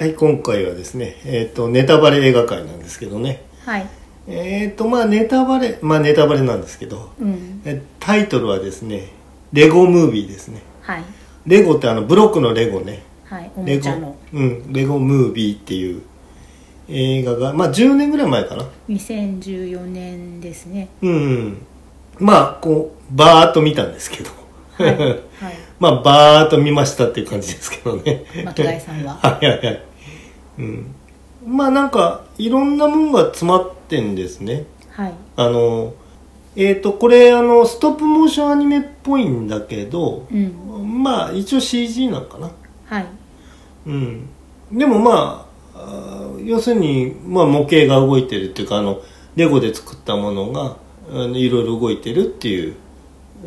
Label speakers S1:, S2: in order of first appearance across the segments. S1: はい、今回はですね、えっ、と、ネタバレ映画界なんですけどね。
S2: はい
S1: えっ、と、まあ、ネタバレ、まあ、ネタバレなんですけど、
S2: うん
S1: えタイトルはですね、レゴムービーですね。
S2: はい
S1: レゴってあの、ブロックのレゴね。
S2: はいお
S1: レ
S2: も
S1: ゴ
S2: ちゃの、
S1: うん、レゴムービーっていう映画が、まあ、10年ぐらい前かな。
S2: 2014年で すね
S1: うん、うん。まあ、こう、バーっと見たんですけど。
S2: はい はい
S1: まあ、バーっと見ましたっていう感じですけどね。
S2: 巻貝さんは
S1: はいはいはい。うん。まあなんか、いろんなもんが詰まってんですね。
S2: はい
S1: あの、えっ、と、これ、あの、ストップモーションアニメっぽいんだけど、
S2: うん
S1: まあ、一応 CG なんかな。
S2: はい
S1: うん。でもまあ、あー要するに、まあ、模型が動いてるっていうか、あの、レゴで作ったものが、あのいろいろ動いてるっていう、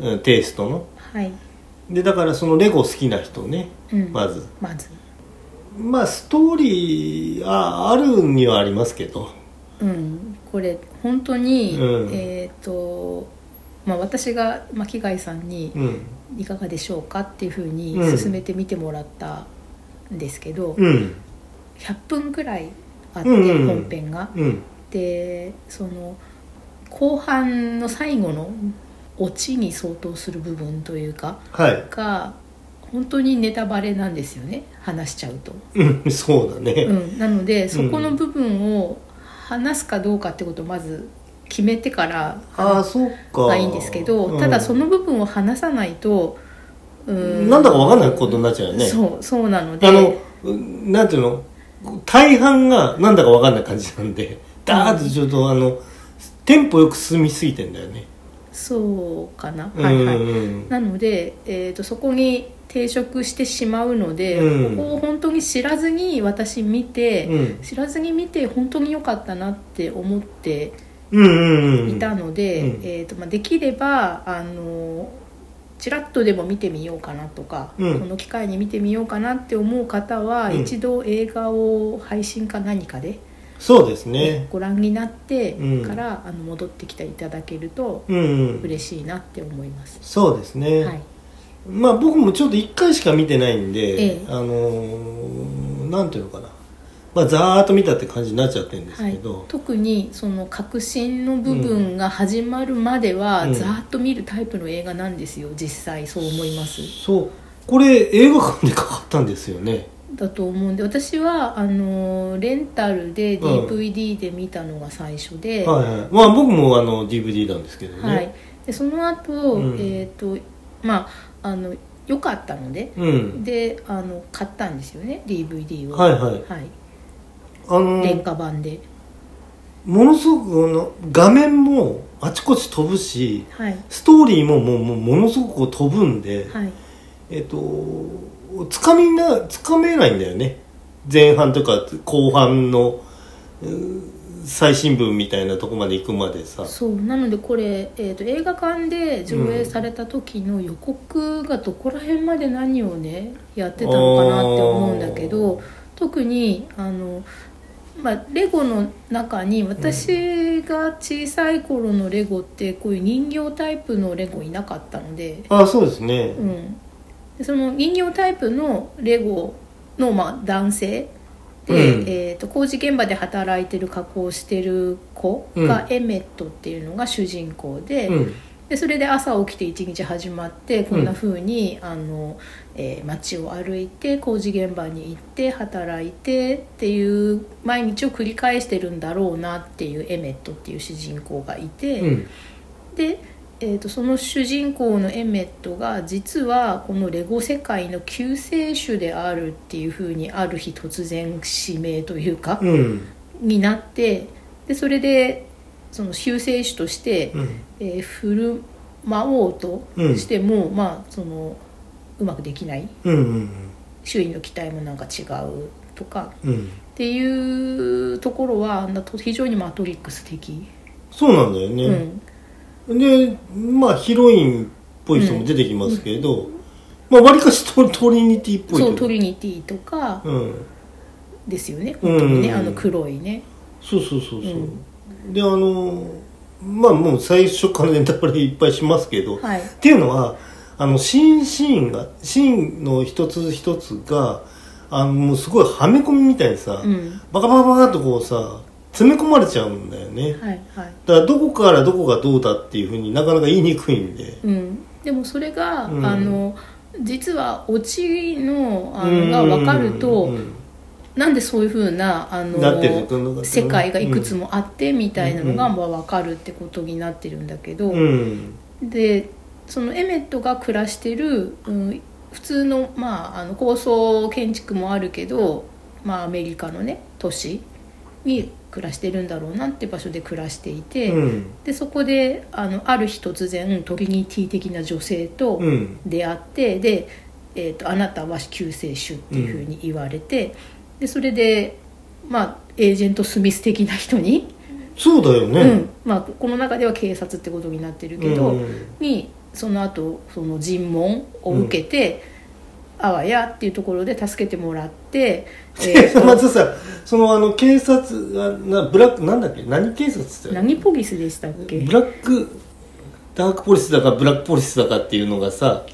S1: うんテイストの。
S2: はい
S1: で、だからそのレゴ好きな人ね、
S2: うん
S1: まず。
S2: まず
S1: まあストーリーああるにはありますけど
S2: うんこれ本当に、
S1: うん
S2: えっ、とまあ私が巻貝さんに
S1: うん
S2: いかがでしょうかっていうふうに
S1: うん
S2: 勧めてみてもらったんですけど、
S1: うん
S2: 100分くらいあって、
S1: うんうんうん
S2: 本編が
S1: うん
S2: でその後半の最後のオチに相当する部分というか
S1: はい
S2: が本当にネタバレなんですよね話しちゃうと、
S1: うん そうだ
S2: う
S1: ね
S2: ん、なのでそこの部分を話すかどうかってことをまず決めてから
S1: ああそうか
S2: がいいんですけど、
S1: うん
S2: ただその部分を話さないとう
S1: なんだかわかんないことになっちゃうよね
S2: そうそうなので
S1: あのうんなんていうの大半がなんだかわかんない感じなんでダーッとちょっとあのテンポよく進みすぎてんだよね
S2: そうかな、
S1: うん
S2: はいはい、
S1: うん
S2: なので、えー、とそこに抵触してしまうので、
S1: うん
S2: ここを本当に知らずに私見て、
S1: うん
S2: 知らずに見て本当に良かったなって思って
S1: うんうんう
S2: い
S1: ん
S2: たので、
S1: うん
S2: えーとまあ、できればあのちらっとでも見てみようかなとか、
S1: うん
S2: この機会に見てみようかなって思う方は、
S1: うん
S2: 一度映画を配信か何かで、
S1: そうですね
S2: ご覧になって
S1: うん
S2: から、あの戻ってきていただけると
S1: うんうん
S2: 嬉しいなって思います。
S1: そうですね
S2: はい
S1: まあ僕もちょっと1回しか見てないんで、
S2: ええ
S1: あのーなんていうのかな、まあ、ざーっと見たって感じになっちゃってるんです
S2: は
S1: け
S2: い
S1: ど、、
S2: 特にその革新の部分が始まるまでは、
S1: うん
S2: ざーっと見るタイプの映画なんですよ実際そう思います
S1: そうこれ映画館でかかったんですよね
S2: だと思うんで私はあのレンタルで
S1: うん
S2: DVD で見たのが最初で、
S1: はいはいまあ僕もあの DVD なんですけどね、
S2: はいでその後、
S1: うん
S2: えっ、とまああの良かったので
S1: うん
S2: であの買ったんですよね DVD を
S1: はいはいあの
S2: 廉価版で
S1: ものすごくあの画面もあちこち飛ぶし
S2: はい
S1: ストーリーももうもうものすごくこう飛ぶんで、
S2: はい
S1: えっとつかみなつかめないんだよね前半とか後半のうー最新聞みたいなとこまで行くまでさ
S2: そうなのでこれ、えー、と映画館で上映された時の予告がどこら辺まで何をねやってたのかなって思うんだけ
S1: あー
S2: ど特にあの、まあ、レゴの中に私が小さい頃のレゴってこういう人形タイプのレゴいなかったので,、
S1: ああそうですね
S2: うん、でその人形タイプのレゴの、まあ、男性で、
S1: うん
S2: えー、と工事現場で働いてる加工してる子がエメットっていうのが主人公で,、
S1: うん
S2: でそれで朝起きて一日始まってこんな風に、あのえー街を歩いて工事現場に行って働いてっていう毎日を繰り返してるんだろうなっていうエメットっていう主人公がいて。
S1: うん
S2: で、えー、とその主人公のエメットが実はこのレゴ世界の救世主であるっていうふうにある日突然指名というか、
S1: うん
S2: になってでそれでその救世主として、
S1: うん
S2: えー振る舞おうとしても、まあそのうまくできない
S1: うんうん
S2: 周囲の期待もなんか違うとか
S1: うん
S2: っていうところはあんなと非常にマトリックス的。
S1: そうなんだよ
S2: う
S1: ね、
S2: ん
S1: でまあヒロインっぽい人も出てきますけど、まあわりかしトトリニティっぽいとい
S2: そううトリニティとか、
S1: うん
S2: ですよね
S1: うん
S2: 本当にね、あの黒いね
S1: そうそうそうそう、
S2: うん
S1: であのまあもう最初からネタバレいっぱいしますけど、
S2: はい
S1: っていうのはあの新シーンがシーンの一つ一つがあのもうすごいはめ込みみたいにさ、
S2: うん
S1: バカバカバカっとこうさ詰め込まれちゃうんだよね、
S2: はいはい
S1: だからどこからどこがどうだっていうふうになかなか言いにくいんで
S2: うん、でもそれが、
S1: うん
S2: あの実はオチのあ
S1: う
S2: の
S1: ん
S2: が分かると、
S1: うん
S2: なんでそういうふうなあの
S1: なってるのかな
S2: 世界がいくつもあってみたいなのが、まあ、分かるってことになってるんだけど、
S1: うん
S2: でそのエメットが暮らしてる、うん、普通の,、まあ、あの高層建築もあるけど、まあ、アメリカのね都市に暮らしてるんだろうなって場所で暮らしていて。
S1: うん
S2: でそこであのある日突然トリニティ的な女性と
S1: うん
S2: 出会って、で、えーと「あなたは救世主」っていうふうに言われて、でそれでまあエージェント・スミス的な人に、
S1: そうだよ
S2: う
S1: ね、
S2: んまあ、この中では警察ってことになってるけど、
S1: うん
S2: にその後その尋問を受けて、あわやっていうところで助けても らって、えーと
S1: まずさそのあの警察あなブラックなんだっけ何警察って言っ
S2: 何ポギスでしたったけ、
S1: よ
S2: はい
S1: ブラックダークポリスだかブラックポリスだかっていうのがさ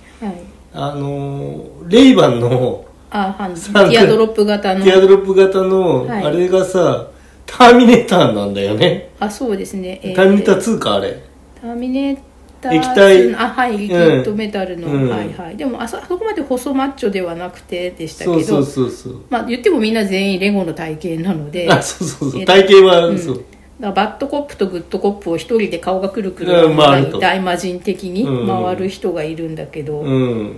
S1: あのーレイバンの
S2: ああのテ
S1: さあ
S2: ィアドロップ型
S1: テ
S2: の
S1: ィアドロップ型の、
S2: はい
S1: あれがさターミネーターなんだよね、
S2: あそうですね、え
S1: ターミネーター2かあれ
S2: ターミネーター
S1: 液体
S2: あはいリキッドメタルの、
S1: うん
S2: はいはいでもあそあそこまで細マッチョではなくてでしたけ
S1: そ
S2: ど
S1: うそうそうそう
S2: まあ言ってもみんな全員レゴの体型なので
S1: あそうそうそう
S2: え
S1: 体型は、
S2: うん
S1: そう
S2: だからバッドコップとグッドコップを一人で顔がくるくる
S1: うん回ると
S2: 大魔人的に
S1: うん
S2: 回る人がいるんだけど、
S1: うん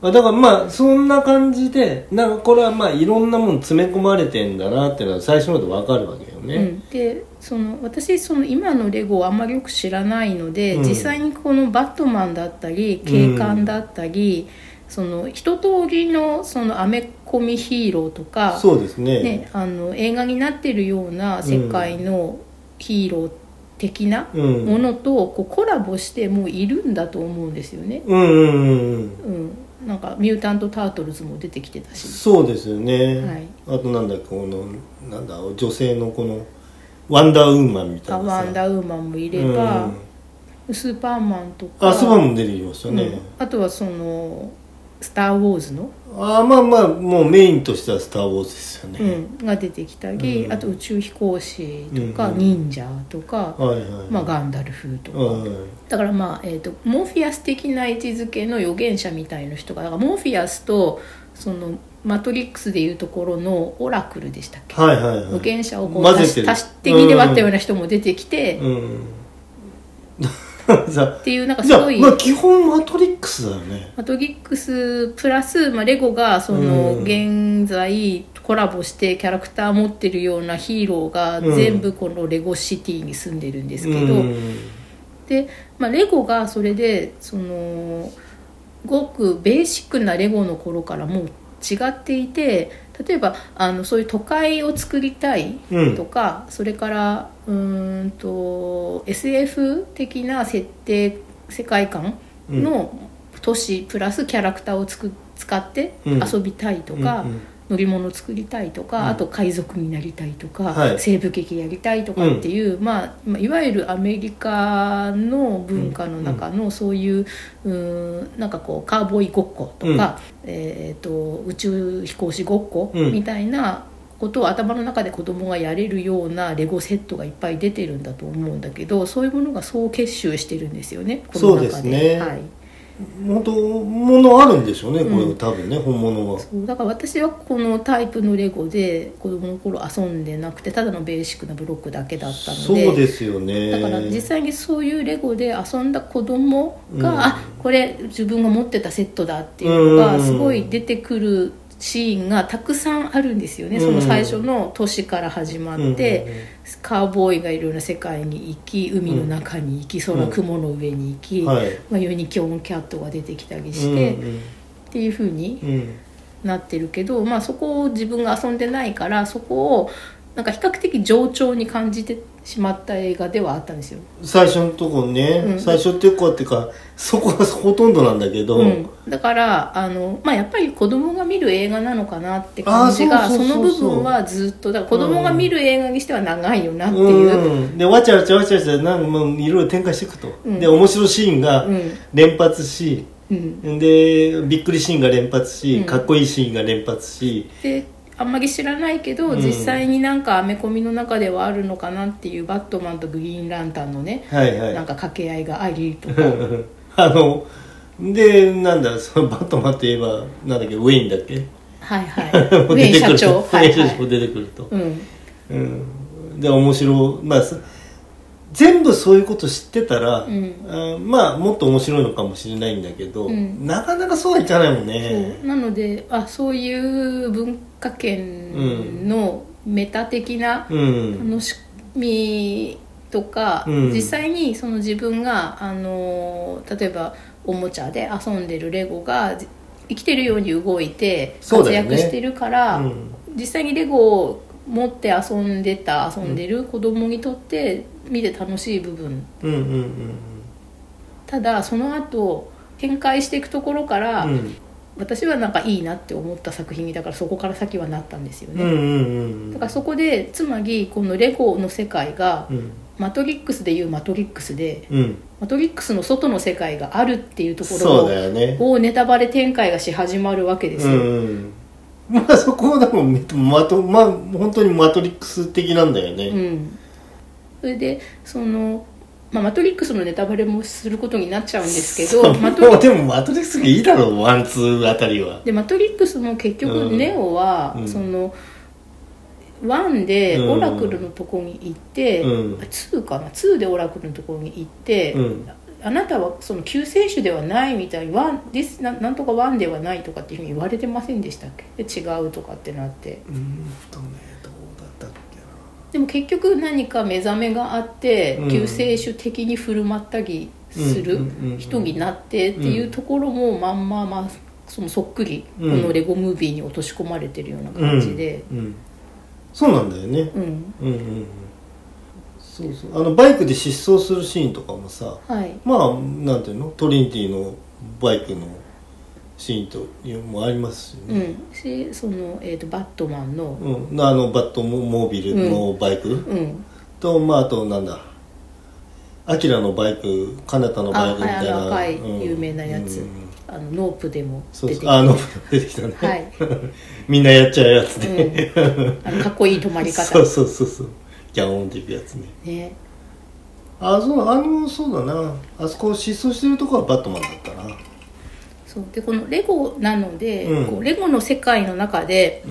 S1: あだからまあそんな感じでなんかこれはまあいろんなもん詰め込まれてんだなっていうのは最初ので分かるわけよね、
S2: うん、でその私その今のレゴをあんまりよく知らないので、
S1: うん
S2: 実際にこのバットマンだったり警官だったり、その一通りのそのアメコミヒーローとか、
S1: そうですね
S2: ね、あの映画になってるような世界のヒーロー的な
S1: うん
S2: ものとこうコラボしてもういるんだと思うんですよね。
S1: うんうんうんうん
S2: うん、なんかミュータント・タートルズも出てきてたし、
S1: そうですよね、あとなんだっけこのなんだ女性のこのワンダーウーマンみた
S2: あ
S1: いな
S2: ワン
S1: ー
S2: ダーウーマンもいれば、スーパーマンと
S1: うん、
S2: か
S1: あそばも出てきましたね、
S2: うんあとはその「スター・ウォーズの」
S1: あまあまあもうメインとしては「スター・ウォーズ」ですよね、
S2: うんが出てきたり、
S1: うん
S2: あと宇宙飛行士とか、
S1: うんうん
S2: 忍者とか、
S1: はいはい
S2: まあ、ガンダルフとか、
S1: はい
S2: だからまあ、えー、とモーフィアス的な位置づけの預言者みたいな人がだからモーフィアスとそのマトリックスでいうところのオラクルでしたっけ、
S1: はいはいはい
S2: 預言者をこう
S1: 混ぜ
S2: 多
S1: て
S2: し
S1: る
S2: 多し的で割ったような人も出てきて、っ
S1: うん うんさ
S2: ていうなんか
S1: じ
S2: す
S1: ゃあ
S2: ごい。
S1: まあ基本マトリックスだよね
S2: マトギックスプラス、まあ、レゴがその
S1: うん
S2: 現在コラボしてキャラクター持ってるようなヒーローが
S1: うん
S2: 全部このレゴシティに住んでるんですけど、
S1: うん
S2: で、まあ、レゴがそれでそのごくベーシックなレゴの頃からもう違っていて例えばあのそういう都会を作りたい
S1: うん
S2: とか、それからうーんと SF 的な設定世界観の都市プラスキャラクターをつく使って
S1: うん
S2: 遊びたいとか、
S1: うんうん
S2: 乗り物作りたいとか、
S1: うん
S2: あと海賊になりたいとか、
S1: はい
S2: 西部劇やりたいとかっていう、まあ、まあいわゆるアメリカの文化の中のそういう,、うーんなんかこうカーボーイごっことか、えー、と宇宙飛行士ごっこ
S1: うん
S2: みたいなことを頭の中で子供がやれるようなレゴセットがいっぱい出てるんだと思うんだけどそういうものが総結集してるんですよねこの中で。
S1: そうですね
S2: はい
S1: 本当物あるんでしょうねこれ、
S2: うん
S1: 多分ね本物は
S2: そうだから私はこのタイプのレゴで子供の頃遊んでなくてただのベーシックなブロックだけだった
S1: そ
S2: の
S1: うで
S2: で
S1: すよね
S2: だから実際にそういうレゴで遊んだ子供が、
S1: うん
S2: あこれ自分が持ってたセットだっていうの
S1: う
S2: が
S1: ん
S2: すごい出てくるシーンがたくさんあるんですよ
S1: う
S2: ね、
S1: ん
S2: その最初の都市から始まって、
S1: うんうんうん
S2: カーボーイがいろんな世界に行き海の中に行き空、
S1: うん
S2: 雲の上に行き、
S1: はい
S2: まあ、ユニキョンキャットが出てきたりして、
S1: う
S2: っ
S1: ん
S2: ていうふうに
S1: うんうん
S2: なってるけど、まあ、そこを自分が遊んでないからそこをなんか比較的冗長に感じてしまった映画ではあったんですよ。
S1: 最初のとこね、
S2: うん
S1: 最初っていうかっていうかそこが ほとんどなんだけど、
S2: うん、だからあの、まあ、やっぱり子供が見る映画なのかなって感じ
S1: あ
S2: が
S1: ーそう
S2: そ
S1: そうそう
S2: の
S1: そう
S2: 部分はずっとだから子供が見る映画にしては長いよなっていう、
S1: うんでわちゃわちゃわちゃわちゃなんかもういろいろ展開していくと、
S2: うん
S1: で面白いシーンが
S2: うん
S1: 連発し、
S2: うん、
S1: でびっくりシーンが連発し、
S2: うん
S1: かっこいいシーンが連発し
S2: であんまり知らないけど、
S1: うん
S2: 実際になんかアメコミの中ではあるのかなっていう「バットマン」と「グリーンランタン」のね、
S1: はいはい
S2: なんか掛け合いがありとか
S1: あのでなんだそのバットマンといえばなんだっけウェインだっけ
S2: はいは い
S1: も
S2: ウ
S1: う
S2: ェ
S1: 出
S2: イン
S1: てく
S2: 社
S1: る
S2: 長
S1: ウ
S2: は
S1: ェイ
S2: い
S1: ン社
S2: は
S1: 長
S2: い
S1: 出てくると、
S2: うん
S1: うん、で面白いまあす全部そういうこと知ってたら、
S2: うん
S1: あまあもっと面白いのかもしれないんだけど、
S2: うん
S1: なかなかそうはいかないもんね
S2: そうなのであそういう文化圏のメタ的な
S1: うん
S2: 楽しみとか、
S1: うん
S2: 実際にその自分があの例えばおもちゃで遊んでるレゴがじ生きてるように動いて
S1: そう
S2: 活
S1: だよね
S2: 躍してるから、
S1: うん
S2: 実際にレゴを持って遊んでた遊んでる子供にとって見て楽しい部分
S1: うんうん
S2: ただその後展開していくところから、
S1: うんうん
S2: 私はなんかいいなって思った作品にだからそこから先はなったんですよ
S1: うんうん
S2: ね、
S1: うん
S2: だからそこでつまりこのレゴの世界が
S1: うん
S2: マトリックスでいうマトリックスで
S1: うん
S2: マトリックスの外の世界があるっていうところ
S1: そう
S2: を
S1: だよね
S2: をネタバレ展開がし始まるわけです
S1: う
S2: よ、
S1: んまあそこはでもめまとまあ本当にマトリックス的なんだよ
S2: う
S1: ね
S2: ん、それでその、まあ、マトリックスのネタバレもすることになっちゃうんですけどマトリ
S1: もうでもマトリックスがいいだろうワンツーあたりは
S2: でマトリックスも結
S1: う
S2: 局
S1: ん
S2: ネオは、
S1: うん
S2: その1で
S1: うん
S2: オラクルのとこに行って、
S1: うん
S2: 2かな2でオラクルのとこに行って、
S1: うん
S2: あなたはその救世主ではないみたいワン this ななんとか1ではないとかっていうふうに言われてませんでしたっけで違うとかってなって
S1: うんとねどうだったっけな
S2: でも結局何か目覚めがあって、
S1: うん
S2: 救世主的に振る舞ったりする
S1: うんうんうん
S2: 人になってっていうところもまんままあそのそっくり、
S1: うん
S2: このレゴムービーに落とし込まれてるような
S1: うん
S2: 感じで、
S1: うん、そうなんだよね
S2: うん
S1: うんうんうんそうそうあのバイクで疾走するシーンとかもさ
S2: はい
S1: まあなんていうのトリニティのバイクのシーンというのもありますし
S2: う
S1: ね、
S2: んしその、えー、とバットマンの、
S1: うんあのバットモービルのバイク、
S2: うん、
S1: とまああとなんだアキラのバイクカナタのバイクみたい
S2: あ
S1: な
S2: はいあの赤
S1: う
S2: い
S1: ん
S2: 有名なやつ
S1: うん
S2: あのノープでも
S1: そ
S2: 出
S1: うそ
S2: てき
S1: う
S2: て
S1: あの 出てきたね、
S2: はい
S1: みんなやっちゃうやつで、
S2: うん、あのかっこいい止まり
S1: そ
S2: 方
S1: うそうそうそうギャオンっていくやつね
S2: ね
S1: あそうあのそうだなあそこ失踪してるとこはバットマンだったな
S2: そうでこのレゴなので、
S1: うん
S2: こうレゴの世界の中で
S1: う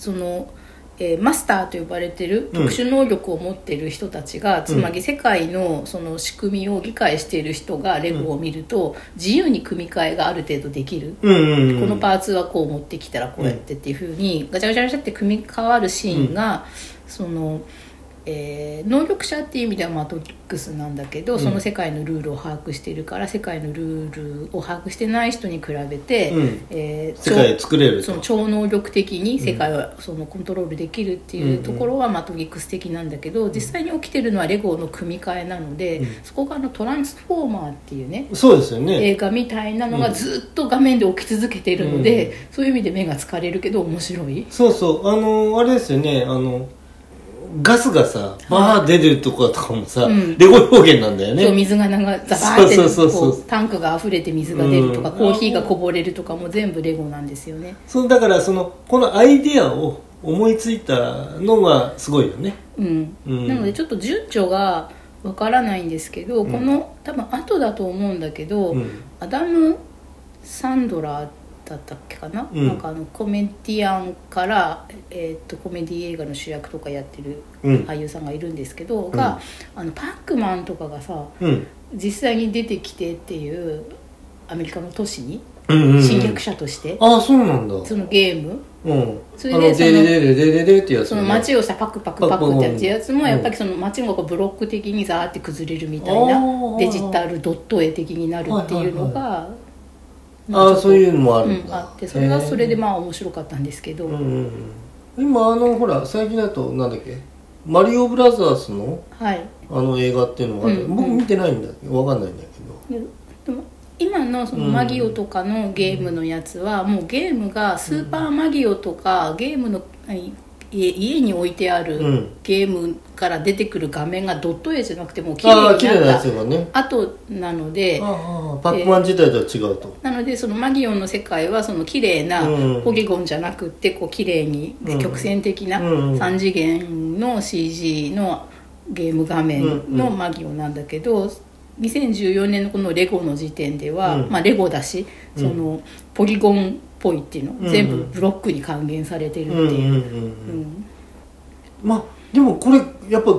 S2: その、えーマスターと呼ばれてる
S1: うん
S2: 特殊能力を持ってる人たちが、つまり世界のその仕組みを理解している人がレゴを見ると、自由に組み替えがある程度できる。
S1: んうんうんうん
S2: このパーツはこう持ってきたらこうやってっていうふうにガチャガチャガチャって組み替わるシーンが、その、えー能力者っていう意味ではマトリックスなんだけど、
S1: うん
S2: その世界のルールを把握しているから世界のルールを把握してない人に比べて、
S1: うん
S2: えー
S1: 世界を作れる
S2: その
S1: と
S2: 超能力的に世界をそのコントロールできるっていうところはマトリックス的なんだけど、実際に起きてるのはレゴの組み替えなので、
S1: うん
S2: そこがあのトランスフォーマーっていうね
S1: そうですよね
S2: 映画みたいなのがずっと画面で起き続けているので、そういう意味で目が疲れるけど面白い、
S1: そうそうあのあれですよねあのガスがさバー出るとことかもさ、
S2: うん
S1: レゴ表現なんだよ
S2: そう
S1: ね
S2: 水が流ザバーって
S1: そうそうそうそ
S2: こ
S1: う
S2: うタンクが溢れて水が出るとか、
S1: うん
S2: コーヒーがこぼれるとかも全部レゴなんですよね、
S1: そうだからそのこのアイデアを思いついたのがすごいよね
S2: うん
S1: うん
S2: なのでちょっと順序がわからないんですけど、この多分後だと思うんだけど、
S1: うん
S2: アダム・サンドラーだったっけかな、
S1: うん
S2: なんかあのコメディアンから、えーっとコメディ映画の主役とかやってる
S1: うん
S2: 俳優さんがいるんですけど、があのパックマンとかがさ
S1: うん
S2: 実際に出てきてっていうアメリカの都市に
S1: うんうんうん
S2: 侵略者として、
S1: ああそうなんだうん
S2: そのゲームそれで
S1: あの
S2: その
S1: デレデレデレデレってやつ
S2: その街をさパクパクパクってやつやつ
S1: うん
S2: もやっぱりその街がこうブロック的にザーって崩れるみた
S1: あ
S2: い
S1: ー
S2: なデジタルドット絵的になるっていうのが
S1: ああそういうのもあ
S2: う
S1: るん
S2: ん
S1: だ、
S2: あってそれはそれで
S1: へー
S2: まあ面白かったんですけど、
S1: うんうんうん、今あのほら最近だとなんだっけマリオブラザーズの
S2: はい
S1: あの映画っていうのがあって、
S2: うんうん
S1: 僕見てないんだわかんないんだけど
S2: ででも今のそのマギオとかのゲームのやつはもうゲームがスーパーマギオとかゲームの何家家に置いてあ
S1: う
S2: る
S1: ん
S2: ゲームから出てくる画面がドット絵じゃなくてもう綺
S1: ああ綺
S2: 麗
S1: 麗
S2: に
S1: な
S2: な
S1: や
S2: っ
S1: つがね
S2: た後なので
S1: ああパックマン自体とは違うと、
S2: なのでそのマギオンの世界はその綺麗な
S1: うん
S2: ポリゴンじゃなくてこう綺麗に
S1: うん
S2: 曲線的な
S1: うん
S2: 3次元の CG のゲーム画面のマギオンなんだけど2014年のこのレゴの時点では、
S1: うん
S2: まあレゴだしそのポリゴンっぽいっていうの、
S1: うん
S2: 全部ブロックに還元されてる
S1: う
S2: っ
S1: んうんう
S2: ていう。うんん
S1: まあでもこれやっぱ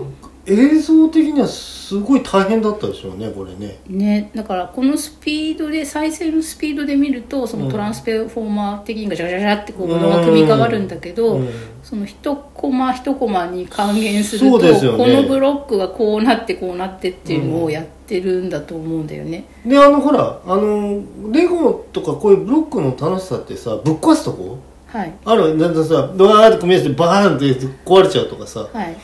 S1: 映像的にはすごい大変だったでしょうねこれね
S2: ね、だからこのスピードで再生のスピードで見るとそのトランスフォーマー的にガチャガチャガチャってこうものが組み替わるんだけど、
S1: うん
S2: その一コマ一コマに還元する
S1: そ
S2: と、
S1: うですよね
S2: このブロックがこうなってこうなってっていうのをやってるんだと思うんだよね、
S1: であのほらあのレゴとかこういうブロックの楽しさってさぶっ壊すとこ
S2: はい
S1: あるなんかさドワーって組み合わせてバーンって壊れちゃうとかさ
S2: はい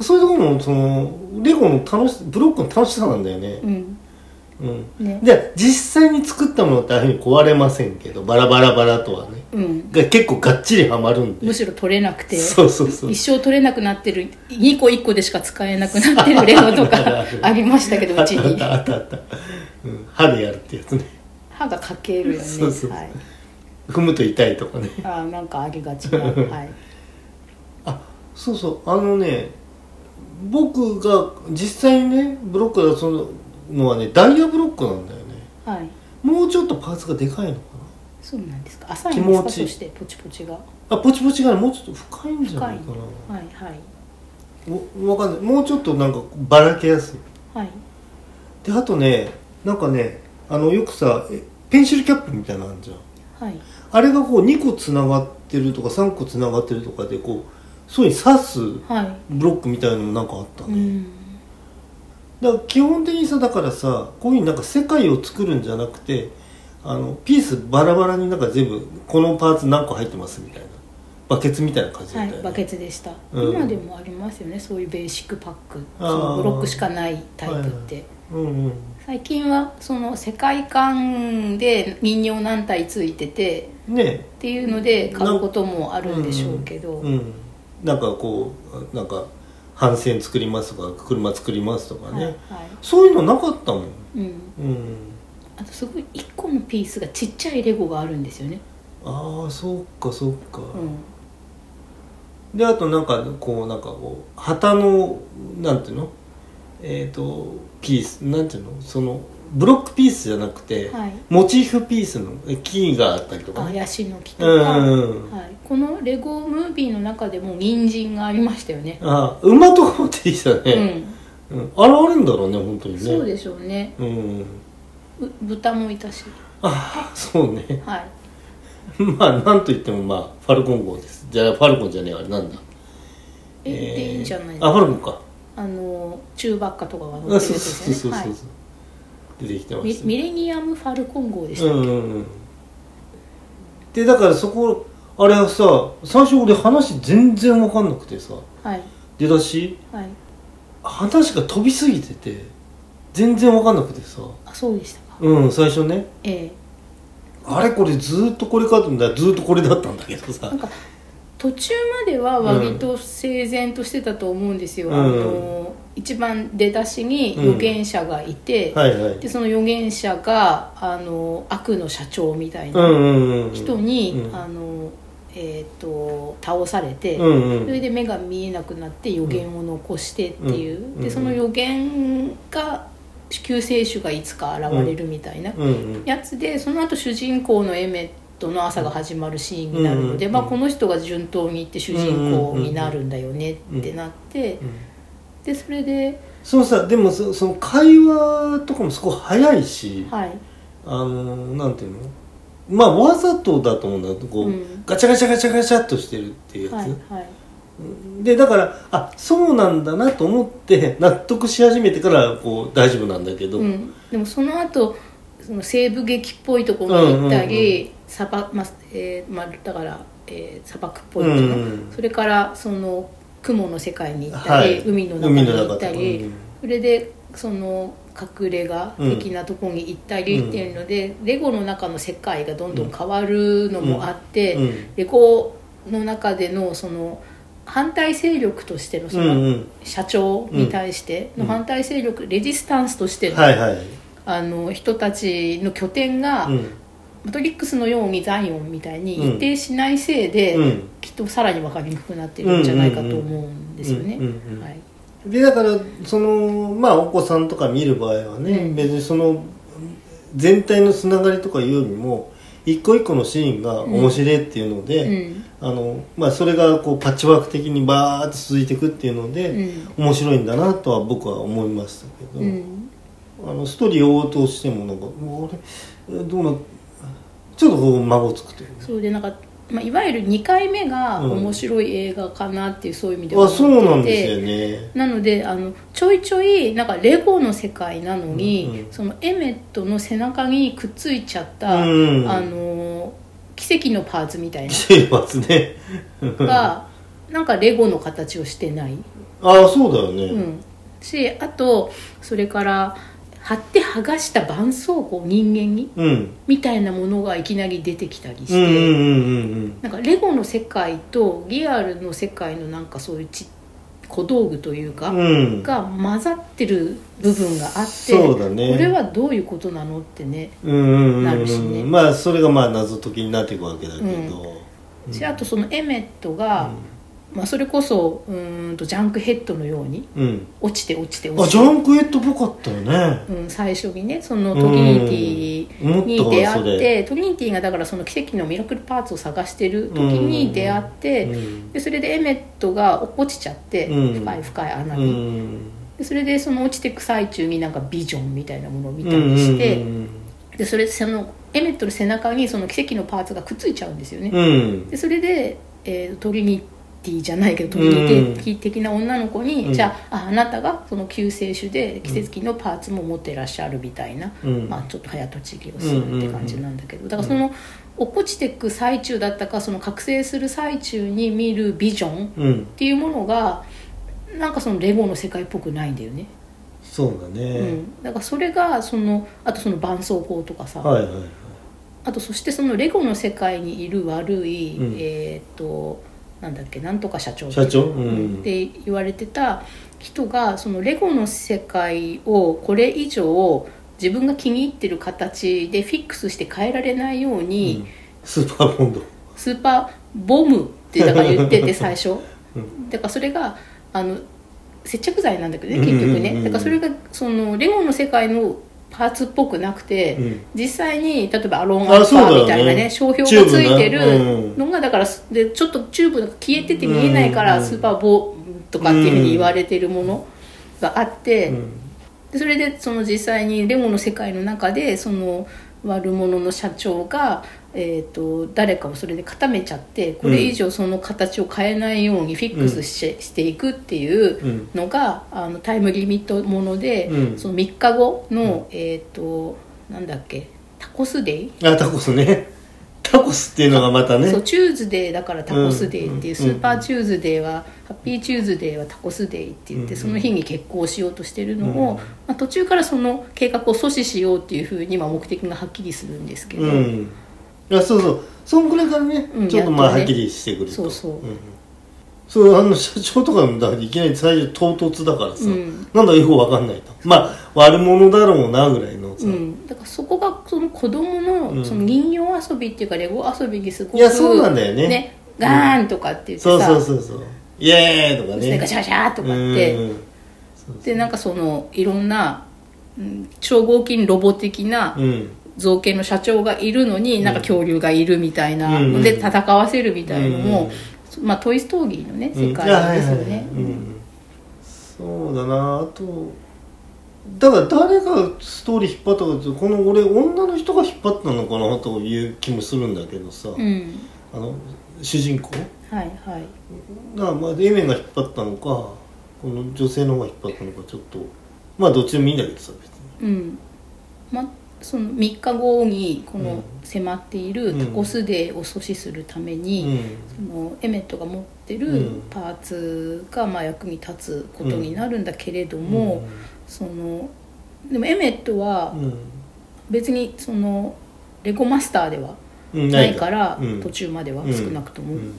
S1: そういうところもそのレゴの楽しブロックの楽しさなんだよね、
S2: うん
S1: うん
S2: ね
S1: で実際に作ったものってああいうふうに壊れませんけどバラバラバラとはね
S2: うん
S1: が結構がっちりはまるんで
S2: むしろ取れなくて
S1: そうそうそう
S2: 一生取れなくなってる2個1個でしか使えなくなってるレゴ とかありましたけど
S1: あ
S2: う
S1: っ
S2: ち
S1: たあっ
S2: に
S1: たあったあった、うん、歯でやるってやつね
S2: 歯が欠けるよね
S1: そうそう
S2: はい、
S1: 踏むと痛いとかね
S2: あーなんかありがちなはい
S1: あそうそうあのね僕が実際にねブロックだそののはねダイヤブロックなんだよね
S2: はい
S1: もうちょっとパーツがでかいのか
S2: そうなんですか浅いんです
S1: 気持
S2: か
S1: ちいい
S2: そしてポチポチがは
S1: なあポチポチがねもうちょっと深いんじゃないか
S2: いはい
S1: なわわかんないもうちょっとなんかばらけやすい
S2: はい
S1: であとねなんかねあのよくさえペンシルキャップみたいなのあるじゃん
S2: はい
S1: あれがこう2個つながってるとか3個つながってるとかでこうそういう刺す
S2: は
S1: ブロックみたいなのもなんかあった
S2: い
S1: ね、
S2: うん
S1: だから基本的にさだからさこういうふうになんか世界を作るんじゃなくてあのピースバラバラになんか全部このパーツ何個入ってますみたいなバケツみたいな感じ
S2: は
S1: み
S2: い
S1: た、いな、
S2: バケツでした、
S1: うん
S2: 今でもありますよねそういうベーシックパックそ
S1: あー
S2: のブロックしかないタイプって、
S1: うんうん
S2: 最近はその世界観で人形何体ついてて
S1: ね
S2: っていうので買うこともあるんでしょうけど、
S1: うんうん、なんかこうなんか帆船作りますとか車作りますとかね、
S2: はい、は
S1: そういうのなかったもん
S2: いうん、
S1: うん
S2: あとすごい1個のピースがちっちゃいレゴがあるんですよね、
S1: ああそっかそっか、
S2: うん、
S1: であとなんかこうなんかこう旗のなんていうのえっ、とピースなんていうのそのブロックピースじゃなくて、
S2: はい
S1: モチーフピースのえキーがあったりとか
S2: あ
S1: ね
S2: ヤシの木と
S1: う
S2: か、
S1: んうんうん
S2: はい、このレゴムービーの中でも人参がありましたよね
S1: あ馬とか持ってきた
S2: う
S1: ね、うんあれあるんだろうね本当に
S2: ん、
S1: ね
S2: そうでしょうね
S1: うん
S2: う豚もいたし
S1: ああそうね
S2: はい
S1: まあなんといってもまあファルコン号ですじゃあファルコンじゃねえあれなんだ
S2: えでいいんじゃないです
S1: あフ
S2: か
S1: ァルコンか
S2: あの中ばっかとかが乗ってる
S1: あ
S2: やつ
S1: そうそうそ
S2: で
S1: う
S2: す
S1: そうそう、
S2: よねはい
S1: 出てきてま
S2: ミ
S1: した
S2: ミレニアム・ファルコン号でした、
S1: うんうんうんでだからそこあれはさ最初俺話全然分かんなくてさ
S2: はい
S1: 出だし
S2: はい
S1: 話が飛びすぎてて全然分かんなくてさ
S2: あそうでしたか
S1: うん最初ね
S2: ええ
S1: あれこれずーっとこれかと思ったらずーっとこれだったんだけ どさ
S2: なんか途中までは割と整然としてたと思うんですよ、
S1: うん
S2: あの一番出だしに預言者がいて、
S1: はいはい
S2: でその預言者があの悪の社長みた
S1: う
S2: い
S1: ん
S2: な
S1: うんうん
S2: 人に、
S1: うん
S2: あのえー、と倒されて、
S1: うんう
S2: それ
S1: ん
S2: で目が見えなくなって予言を残してっていう、
S1: うんう
S2: で
S1: ん
S2: その予言が救世主がいつか現れるみたいな
S1: うんうん
S2: やつでその後主人公のエメットの朝が始まるシーンになるので、
S1: うん
S2: まあ、この人が順当にいって主人公になるんだよねってなって
S1: うん
S2: でそれで
S1: そのさでもそその会話とかもすごい早いし
S2: はい
S1: あのーなんていうのまあわざとだと思うんだけどこう、
S2: うん
S1: ガチャガチャガチャガチャっとしてるっていうやつ、
S2: はいはい
S1: でだからあそうなんだなと思って納得し始めてからこう大丈夫なんだけど、
S2: うん、でもその後その西部劇っぽいところに行ったり、砂漠まあえーまあ、だから、えー砂漠っぽいところ、
S1: うんうん
S2: それからその雲の世界に行った
S1: は
S2: り、
S1: い
S2: 海の中に行
S1: と
S2: っ
S1: か
S2: たり、
S1: うん
S2: それでその隠れ家的なとこに行ったりっていうので、レゴの中の世界がどんどん変わるのもあって、
S1: うん
S2: レゴの中でのその反対勢力としてのそ
S1: うん
S2: の、
S1: うん
S2: 社長に対しての反対勢力、レジスタンスとしての,、
S1: はいはい
S2: あの人たちの拠点が、
S1: うん
S2: マトリックスのようにザイオンみたい
S1: うん
S2: に一定しないせいで、
S1: うん
S2: きっとさらに分かりにくくなってるんじゃないかと思うんですよね。
S1: うんうんうん
S2: はい
S1: でだからそのまあお子さんとか見る場合はね、
S2: うん
S1: 別にその全体のつながりとかいうよりも一個一個のシーンが面白いっていうの
S2: う
S1: で、
S2: ん
S1: あのまあ、それがこうパッチワーク的にバーッと続いていくっていうの
S2: う
S1: で、
S2: ん
S1: 面白いんだなとは僕は思いましたけど、
S2: うん
S1: あのストーリーを応答してもなんかもうあれどうなちょっとこう孫つくというね
S2: そうでなんか、まあ、いわゆる2回目が
S1: うん
S2: 面白い映画かなっていうそういう意味では
S1: あそうなん
S2: 思ってて
S1: ですよ ね
S2: なのであのちょいちょいなんかレゴの世界なのに、
S1: うんうん
S2: そのエメットの背中にくっついちゃった、
S1: うん
S2: あの奇跡のパーツみたいな
S1: 来てますね
S2: のがなんかレゴの形をしてない、
S1: あそうだよね、
S2: うん、しあとそれから貼って剥がした絆創膏人間に
S1: うん
S2: みたいなものがいきなり出てきたりして。
S1: うんうんうんうん
S2: なんかレゴの世界とリアルの世界のなんかそういうち小道具というか、
S1: うんうん
S2: が混ざってる部分があって
S1: そうだね
S2: これはどういうことなのってね、
S1: うんうんうん
S2: なるしね
S1: まあそれがまあ謎解きになっていくわけだけど、うん
S2: しあとそのエメットが、まあ、それこそうーんとジャンクヘッドのように
S1: うん、
S2: 落ちて落ちて
S1: あ
S2: 落
S1: ジ
S2: ちて、
S1: ャンクエットっぽかったよね
S2: うん、最初にねそのトリニティ
S1: うん
S2: に
S1: 思っ
S2: 出会っ
S1: たわそれ
S2: てトリニティがだからその奇跡のミラクルパーツを探してる時に出会って、
S1: うん
S2: でそれでエメットが落ちちゃって、
S1: うん
S2: 深い深い穴
S1: う
S2: に。
S1: ん
S2: でそれでその落ちてく最中になんかビジョンみたいなものを見
S1: うん
S2: たりして、
S1: うん
S2: でそれそのエメットの背中にその奇跡のパーツがくっついちゃうんですよね、
S1: うん
S2: でそれで、えートリニティじゃないけどトリニティ的な女の子に、
S1: うん
S2: じゃあああなたがその救世主で奇跡のパーツも持ってらっしゃるみたいな、
S1: うん
S2: まあ、ちょっと早とちりをするって感じなんだけどだからその落っこちてく最中だったかその覚醒する最中に見るビジョンっ
S1: うん
S2: ていうものがなんかそのレゴの世界っぽくないんだよね
S1: そうだね、
S2: うん、だからそれがそのあとその絆創膏とかさ、
S1: はいはいはい
S2: あとそしてそのレゴの世界にいる悪い、
S1: うん
S2: えーっとなんだっけなんとか社長
S1: 社長う
S2: うんんって言われてた人がそのレゴの世界をこれ以上自分が気に入ってる形でフィックスして変えられないよう
S1: う
S2: に、
S1: んスーパーボンド
S2: スーパーボムってだから言っ てて最初だからそれがあの接着剤なんだけどね結局
S1: うんうんうんうん
S2: ねだからそれがそのレゴの世界のパーツっぽくなくて、
S1: うん
S2: 実際に例えばアロン
S1: あ
S2: アルフ
S1: そうだよね
S2: ァみたいなね商標がついて
S1: チューブねう
S2: る
S1: ん
S2: のがだからでちょっとチューブが消えてて見えないか
S1: う
S2: ら
S1: んうん
S2: スーパーボムとかっていうふうに言われてるものがあって、
S1: うん
S2: でそれでその実際にレゴの世界の中でその悪者の社長が、えー、と誰かをそれで固めちゃってこれ以上その形を変えないようにフィックスして,、していくっていう
S1: うん
S2: のがあのタイムリミットもので、
S1: うん
S2: その3日後の、えっ、となんだっけタコスデイ、
S1: あタコスねタコスっていうのがまたね
S2: そうチューズデーだからタコスデーってい
S1: う
S2: う、
S1: ん
S2: スーパーチューズデーはハッピーチューズデーはタコスデーって言って、
S1: うん
S2: その日に決行しようとしてるの
S1: う
S2: を、
S1: ん
S2: まあ、途中からその計画を阻止しようっていうふうにまあ目的がはっきりするんですけど、
S1: うん、いやそうそうそんくらいからね、
S2: うん
S1: ちょっとまあ
S2: やっと
S1: は
S2: ね
S1: っきりしてくると
S2: そうそうん
S1: そうあの社長とかもだからいきなり最初唐突だからさ、
S2: うん
S1: なんだよくわかんないとまあ悪者だろうなぐらいのさ、
S2: うんだからそこがその子供
S1: う
S2: の
S1: ん
S2: その人形遊びっていうかレゴ遊びにすごく
S1: いやそうなんだよね
S2: ガーンとかって言ってさ、
S1: そうそうそうそうイエーイとか
S2: それ
S1: ね
S2: ガシャガシャとかって、
S1: うんそう
S2: でなんかそのいろんな、うん超合金ロボ的な、
S1: うん
S2: 造形の社長がいるのになんか恐竜がいるみたいなので
S1: うん
S2: 戦わせるみたいのも、まあ、トイ・ストーリーのね世界です
S1: うんい
S2: よ
S1: やはい
S2: ね
S1: はいはいうんそうだなあとだから誰がストーリー引っ張ったかっていうとこの俺女の人が引っ張ったのかなという気もするんだけどさ、
S2: うん
S1: あの主人公
S2: はいはい
S1: が、まあ、エメンが引っ張ったのかこの女性の方が引っ張ったのかちょっとまあどっちでもいいんだけどさ別に
S2: うんまあその3日後にこ
S1: うん
S2: の迫っているタコスデーを阻止するために、そのエメットが持ってる
S1: うん
S2: パーツがまあ役に立つことになるんだけれど
S1: うん
S2: も、そのでもエメットは
S1: うん
S2: 別にそのレゴマスターでは
S1: うん
S2: ないから、
S1: うん
S2: 途中までは
S1: うん
S2: 少なくとも、
S1: うん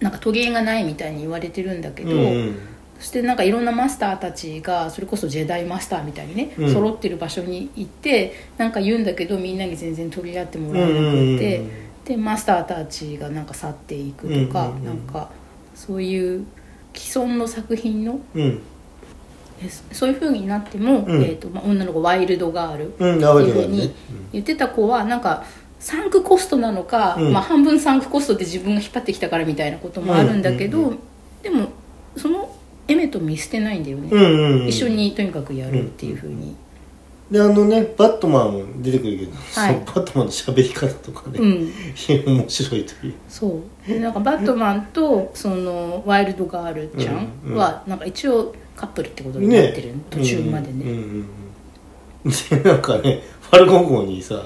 S2: なんか取り柄がないみたいに言われてるんだけど、
S1: うんうん
S2: そしてなんかいろんなマスターたちがそれこそジェダイマスターみたいにね、
S1: うん
S2: 揃ってる場所に行ってなんか言うんだけどみんなに全然取り合ってもらえな
S1: うんうんう
S2: く
S1: ん
S2: て、でマスターたちがなんか去っていくとか、
S1: うんうんうん
S2: なんかそういう既存の作品の
S1: うん
S2: えそそういう風になっても、
S1: うん
S2: えーとまあ、女の子ワイルドガールって
S1: うん
S2: いう風
S1: ワイルドガールねう
S2: に
S1: ん
S2: 言ってた子はなんかサンクコストなのか、
S1: うん
S2: まあ、半分サンクコストって自分が引っ張ってきたからみたいなこともあるんだけど、
S1: うんう
S2: でもそのエメと見捨てないんだよね、
S1: うんうんうん
S2: 一緒にとにかくやるっていう風に、
S1: であのねバットマンも出てくるけど、
S2: はい
S1: そのバットマンの喋り方とかね、
S2: うん
S1: 面白いという
S2: そうでなんかバットマンとそのワイルドガールちゃ
S1: うんうんん
S2: はなんか一応カップルってことになってる、途中までね、
S1: うんうんうんうんでなんかねファルコン号にさ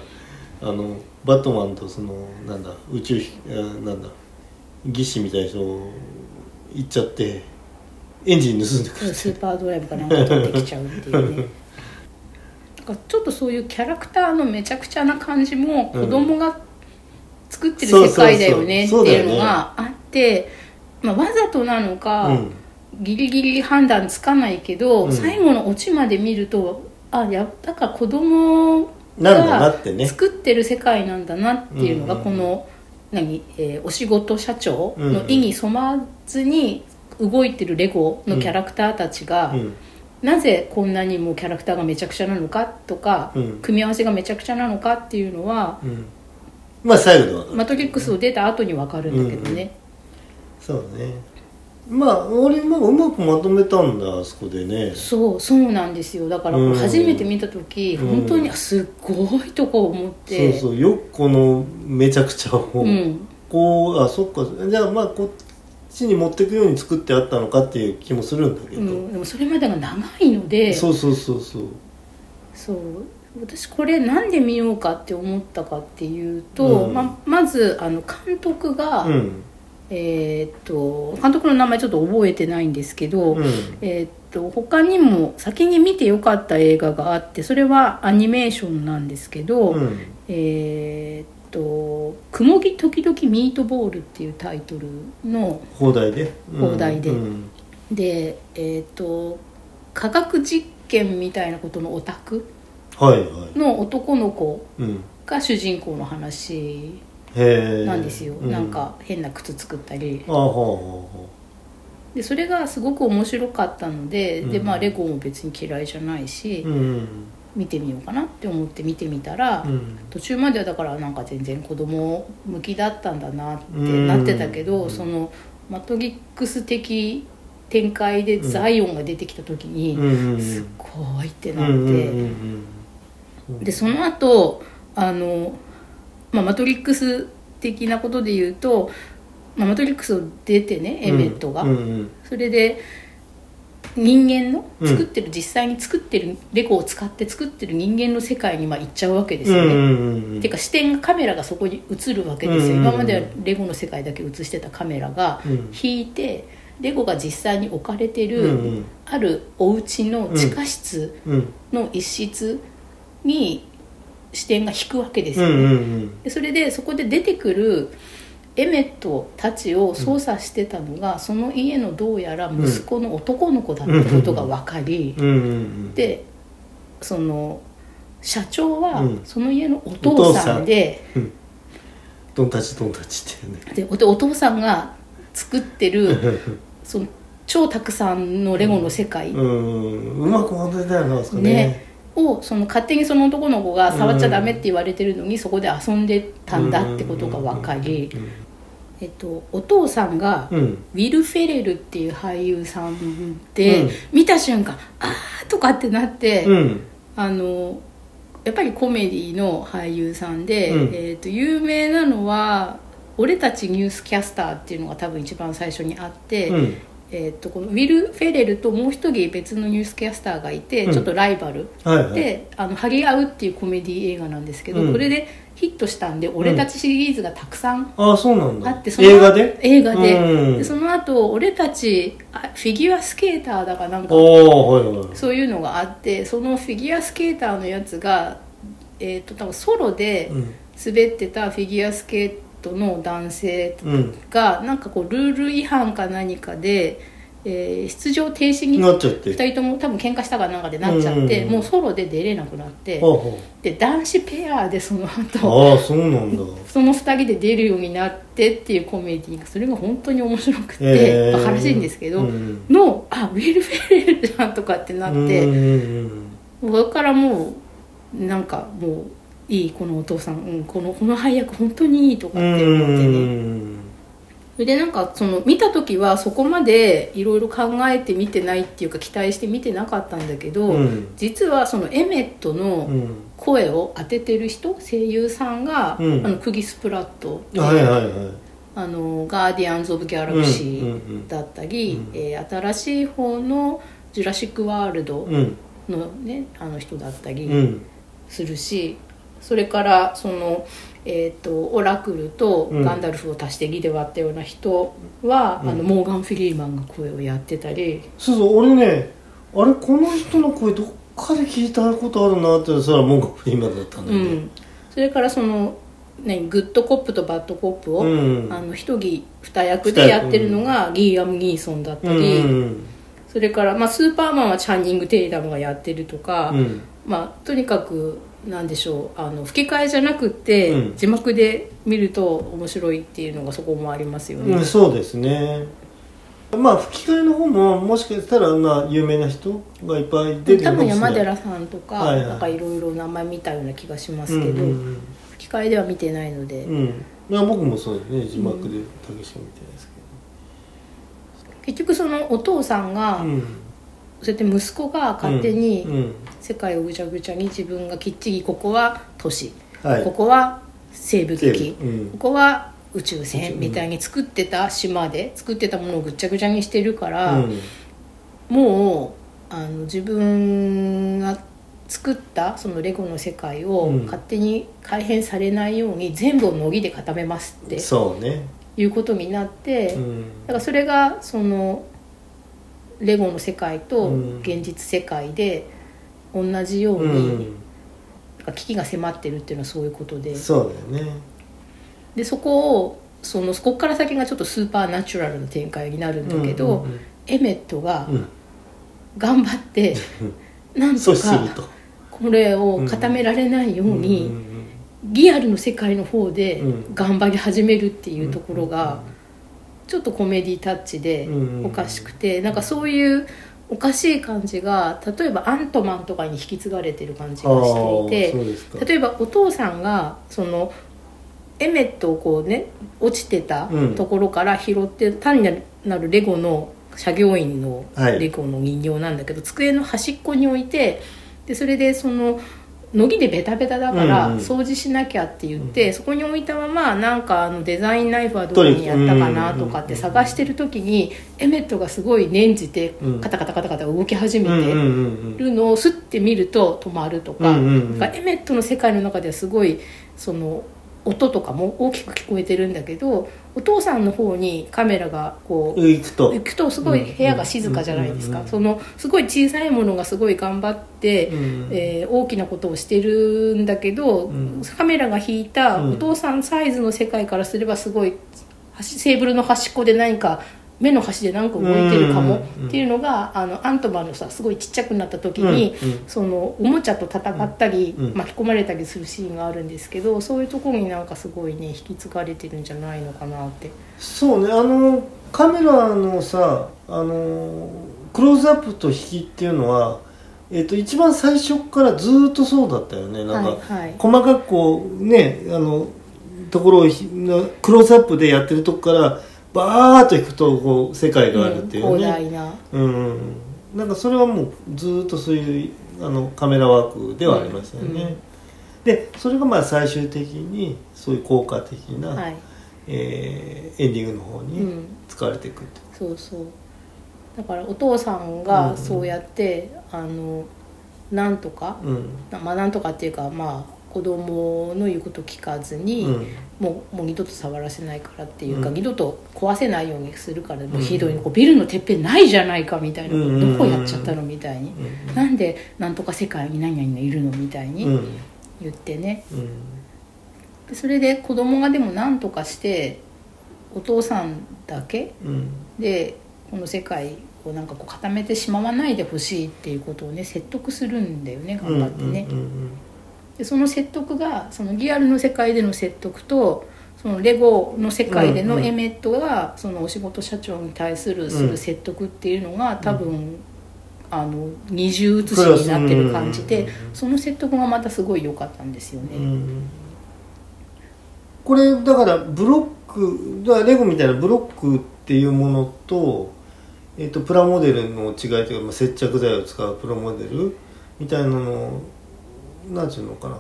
S1: あのバットマンとそのなんだ宇宙飛あなんだ技師みたいな人行っちゃってエンジン盗んでくる
S2: スーパードライブかなんか取ってきちゃうっていうねなんかちょっとそういうキャラクターのめちゃくちゃな感じも
S1: うん
S2: 子供が作ってる世界だよねって
S1: そうそうそう
S2: いうのがあって、まあ、わざとなのか、
S1: うん
S2: ギリギリ判断つかないけど、
S1: うん
S2: 最後のオチまで見るとあやだから子供
S1: なんだな
S2: が
S1: ってね
S2: 作ってる世界なんだなっていうのが
S1: うん
S2: この、何えーお仕事社長の意に染まずに動いてるレゴのキャラクターたちが、
S1: うん
S2: なぜこんなにもうキャラクターがめちゃくちゃなのかとか、
S1: うん
S2: 組み合わせがめちゃくちゃなのかっていうのは
S1: う、んまあ最後でわかる
S2: マトリックスを出た後に分かるんだけどね、
S1: そうねまあ俺まあうまくまとめたんだあそこでね
S2: そうそうなんですよだからこれ初めて見た時、
S1: うん
S2: 本当にあすっごいとこ思って
S1: そうそうよくこのめちゃくちゃを、
S2: うん
S1: こうあそっかじゃあまあこっちに持っていくように作ってあったのかっていう気もするんだけ
S2: う
S1: ど、
S2: ん、でもそれまでが長いので
S1: そうそうそうそう
S2: そう私これなんで見ようかって思ったかっていうと、
S1: うん
S2: ままずあの監督が、
S1: うん
S2: えーっと監督の名前ちょっと覚えてないんですけど、
S1: うん
S2: えーっと他にも先に見てよかった映画があってそれはアニメーションなんですけど、
S1: うん
S2: えーっと「雲木時々ミートボール」っていうタイトルの
S1: 放題で
S2: 放題で
S1: うん
S2: でえーっと科学実験みたいなことのオタク
S1: はいはい、
S2: の男の子
S1: うん、
S2: が主人公の話
S1: へえ
S2: なんですよ、
S1: う
S2: なんか変な靴作ったり
S1: あはあはあは
S2: でそれがすごく面白かったので,、で
S1: うん
S2: まあ、レゴも別に嫌いじゃないし、
S1: あうん
S2: 見てみようかなって思って見てみたら、
S1: うん
S2: 途中まではだからなんか全然子供向きだったんだなって
S1: うん
S2: なってたけど、
S1: うん
S2: そのマトリックス的展開でザイオンが出てきた時に、
S1: うんうん
S2: すっごいって
S1: う
S2: なっ
S1: ん
S2: て、
S1: うんうんうん
S2: でその後あの、まあ、マトリックス的なことで言うと、まあ、マトリックスを出てねエメットが、
S1: うんうん
S2: それで人間の
S1: うん
S2: 作ってる、実際に作ってるレゴを使って作ってる人間の世界にまあ行っちゃうわけです
S1: うんう
S2: よね。
S1: んうんうん
S2: ていうか視点がカメラがそこに映るわけですよ、
S1: うんうんうん
S2: 今まではレゴの世界だけ映してたカメラが
S1: うん
S2: 引いてレゴが実際に置かれて
S1: うんう
S2: る
S1: ん
S2: あるお家の地下室
S1: うん
S2: の一室に視点が引くわけです
S1: う
S2: よね、
S1: んうん
S2: でそれでそこで出てくるエメットたちを操作してたのが、その家のどうやら息子の男の子だってことが分かり、
S1: うんうんうん
S2: でその社長は
S1: うん
S2: その家のお父さんで、
S1: うんドンタチドンタチっていうね
S2: でおお父さんが作ってるその超たくさんのレゴの世界、
S1: うんうまくまとめたよなですかね
S2: ねをその勝手にその男の子が触っちゃダメって言われてるのに、そこで遊んでたんだってことが分かり、えっと、お父さんが、
S1: うんうん
S2: ウィル・フェレルっていう俳優さんで、
S1: うん
S2: 見た瞬間「あー」とかってなって、
S1: うん
S2: あのやっぱりコメディの俳優さんで、
S1: うん
S2: えー、と有名なのは「俺たちニュースキャスター」っていうのが多分一番最初にあって、
S1: うん
S2: えー、とこのウィル・フェレルともう一人別のニュースキャスターがいて、
S1: うん
S2: ちょっとライバル
S1: はいはい
S2: で「あの張り合う」っていうコメディ映画なんですけど、
S1: うん
S2: これでヒットしたんで「俺たち」シリーズがたくさん
S1: ああそうなんだ
S2: あってその
S1: 映画で
S2: 映画で,、
S1: うん
S2: でその後俺たちあフィギュアスケーターだかなんか
S1: おおはいはい
S2: そういうのがあってそのフィギュアスケーターのやつが、えー、と多分ソロで
S1: うん
S2: 滑ってたフィギュアスケートの男性
S1: うん
S2: がなんかこうルール違反か何かで、えー出場停止に
S1: なっちゃって
S2: 2人とも多分喧嘩したかなんかでなっちゃって、
S1: うん
S2: もうソロで出れなくなって、
S1: ほうほ
S2: で男子ペアでその後
S1: うああそうなんだ
S2: その2人で出るようになってっていうコメディがそれが本当に面白くて、
S1: ええ
S2: バカらしいんですけど、
S1: うん
S2: のあウィル・フェレルじゃんとかってなって、
S1: うんうん
S2: それからもうなんかもういいこのお父さん、うん、このこの配役本当にいいとか
S1: う
S2: っ
S1: ん
S2: て
S1: うん
S2: 思って
S1: う
S2: ね。
S1: ん
S2: それでなんかその見た時はそこまでいろいろ考えて見てないっていうか期待して見てなかったんだけど、
S1: うん
S2: 実はそのエメット
S1: う
S2: の
S1: ん
S2: 声を当ててる人声優さんが、
S1: うん
S2: あのクギスプラットで、
S1: はいはいはい
S2: あのガーディアンズ・オブ・ギャラクシーだったり、
S1: うんうん
S2: えー新しい方の「ジュラシック・ワールド
S1: うん
S2: の、ね」あの人だったり、
S1: うん
S2: するしそれからその、えー、とオラクルと
S1: うん
S2: ガンダルフを足して義で割ったような人は、
S1: うん
S2: あのモーガン・フリーマンが声をやってたり
S1: そうそう俺ねあれこの人の声どっかで聞いたことあるなってそしたら文句今だったん
S2: う
S1: だ
S2: ん、
S1: よね
S2: それからその、ね、グッドコップとバッドコップを、
S1: うん
S2: あの一義二役でやってるのがギーアム・ギーソンだったり、
S1: うん
S2: それから、まあ、スーパーマンはチャンニング・テイダムがやってるとか、
S1: うん
S2: まあ、とにかくなんでしょうあの吹き替えじゃなくって、
S1: うん
S2: 字幕で見ると面白いっていうのがそこもありますよね。
S1: うん、そうですねまあ吹き替えの方ももしかしたらな有名な人がいっぱい出てる
S2: 多
S1: かもしれ
S2: 分
S1: な
S2: 山
S1: い
S2: 寺さんとか、
S1: はいはい
S2: なんかいろいろ名前見たような気がしま
S1: う
S2: す
S1: ん
S2: けど、
S1: うん
S2: 吹き替えでは見てないので、
S1: うん、うんいや僕もそうですね字幕でたけしか見てないです
S2: 結局そのお父さんが、
S1: けど、うん、
S2: そうやって息子が勝手
S1: う
S2: に
S1: ん
S2: 世界をぐちゃぐちゃに自分がきっちりここは都市、
S1: うんはい
S2: ここは生物
S1: 西
S2: 機、
S1: 部うん
S2: ここは宇宙
S1: 宇宙
S2: 船
S1: うん
S2: みたいに作ってた島で作ってたものをぐちゃぐちゃにしてるか
S1: う
S2: ら、
S1: ん
S2: もうあの自分が作ったそのレゴの世界を
S1: うん
S2: 勝手に改変されないように全部を乃木で固めますって
S1: そうね、
S2: いうことになって、
S1: う
S2: だ
S1: ん、
S2: からそれがそのレゴの世界と
S1: うん
S2: 現実世界で同じよう
S1: う
S2: に、
S1: ん、
S2: なんか危機が迫ってるっていうのはそういうことで
S1: そうだよね
S2: でそこをそのそこから先がちょっとスーパーナチュラルな展開になるんだけど、
S1: うん
S2: エメットが
S1: うんうん
S2: 頑張って、なん
S1: うん、阻
S2: と
S1: 止する
S2: か
S1: と
S2: これを固められないように、
S1: うんうん
S2: リアルの世界の方で
S1: うん
S2: 頑張り始めるっていうところ
S1: うん
S2: がちょっとコメディタッチで
S1: うん
S2: おかしくてなんかそういうおかしい感じが例えばアントマンとかに引き継がれてる感じがしてい
S1: あーそう
S2: て
S1: ですか
S2: 例えばお父さんがそのエメットをこうね落ちてた
S1: うん
S2: ところから拾って単なるレゴの作業員の
S1: はい
S2: レゴの人形なんだけど、机の端っこに置いてでそれでその乃木でベタベタだから
S1: うんうん
S2: 掃除しなきゃって言って、そこに置いたままなんかあのデザインナイフはどこにやったかなとかって探してる時にエメットがすごい念じて
S1: うん
S2: カタカタカタカタ動き始
S1: うんうん
S2: めて
S1: うんうん
S2: るのをスッて見ると止まるとか,、
S1: うんうんうん
S2: エメットの世界の中ではすごいその音とかも大きく聞こえてるんだけどお父さんの方にカメラがこう
S1: 行くと
S2: 行くとすごい部屋が静かじゃないですか、
S1: うん
S2: そのすごい小さいものがすごい頑張って、
S1: うん
S2: えー大きなことをしてるんだけど、
S1: うん
S2: カメラが引いた
S1: うん
S2: お父さんサイズの世界からすればすごい端テーブルの端っこで何か目の端で何か動いてるかも
S1: うん
S2: っていうのが、あのアントマンのさすごいちっちゃくなった時に、
S1: うんうん
S2: そのおもちゃと戦ったり、
S1: うん
S2: 巻き込まれたりするシーンがあるんですけどそういうところになんかすごいね引き継がれてるんじゃないのかなって。
S1: そうねあのカメラのさあのクローズアップと引きっていうのは、えっと一番最初からずっとそうだったよねなんか、
S2: はいはい
S1: 細かくこうねあのところをひなクローズアップでやってるとこからバーッと引くとこう世界があるってい
S2: うん
S1: う
S2: 広
S1: ね、
S2: 大な
S1: うんうんなんかそれはもうずっとそういうあのカメラワークではありましたよね、
S2: うんうん
S1: でそれがまあ最終的にそういう効果的な、
S2: はい、
S1: えーエンディングの方
S2: う
S1: に
S2: ん、
S1: 使われていくって、
S2: そうそうだからお父さん
S1: うんうん
S2: がそうやって、あのなんとか、
S1: うん
S2: まあなんとかっていうかまあ子供の言うこと聞かずに、
S1: うん
S2: もうもう二度と触らせないからっていうか、
S1: うん
S2: 二度と壊せないようにするから、もうひどい
S1: うん
S2: こうビルのてっぺんないじゃないかみたいな、
S1: うんうんうん
S2: どこやっちゃったのみたいに、
S1: うん
S2: なんでなんとか世界に何々がいるのみたい
S1: うん
S2: に言ってね、
S1: うん
S2: でそれで子供がでも何とかしてお父さんだけ
S1: うん
S2: でこの世界をなんかこう固めてしまわないでほしいっていうことをね説得するんだよね頑張ってね。
S1: うんうん
S2: でその説得がそのリアルの世界での説得とそのレゴの世界で
S1: う
S2: の
S1: んうん
S2: エメットがそのお仕事社長に対するする説得っていうのが多分あの二重写しになってる感じ
S1: プ
S2: で
S1: ラスうんうんうん
S2: その説得がまたすごい良かったんですよ
S1: うんう
S2: ね。
S1: んこれだからブロックだからレゴみたいなブロックっていうものと,、えっとプラモデルの違いというか、まあ、接着剤を使うプラモデルみたいなのなんていうのかな、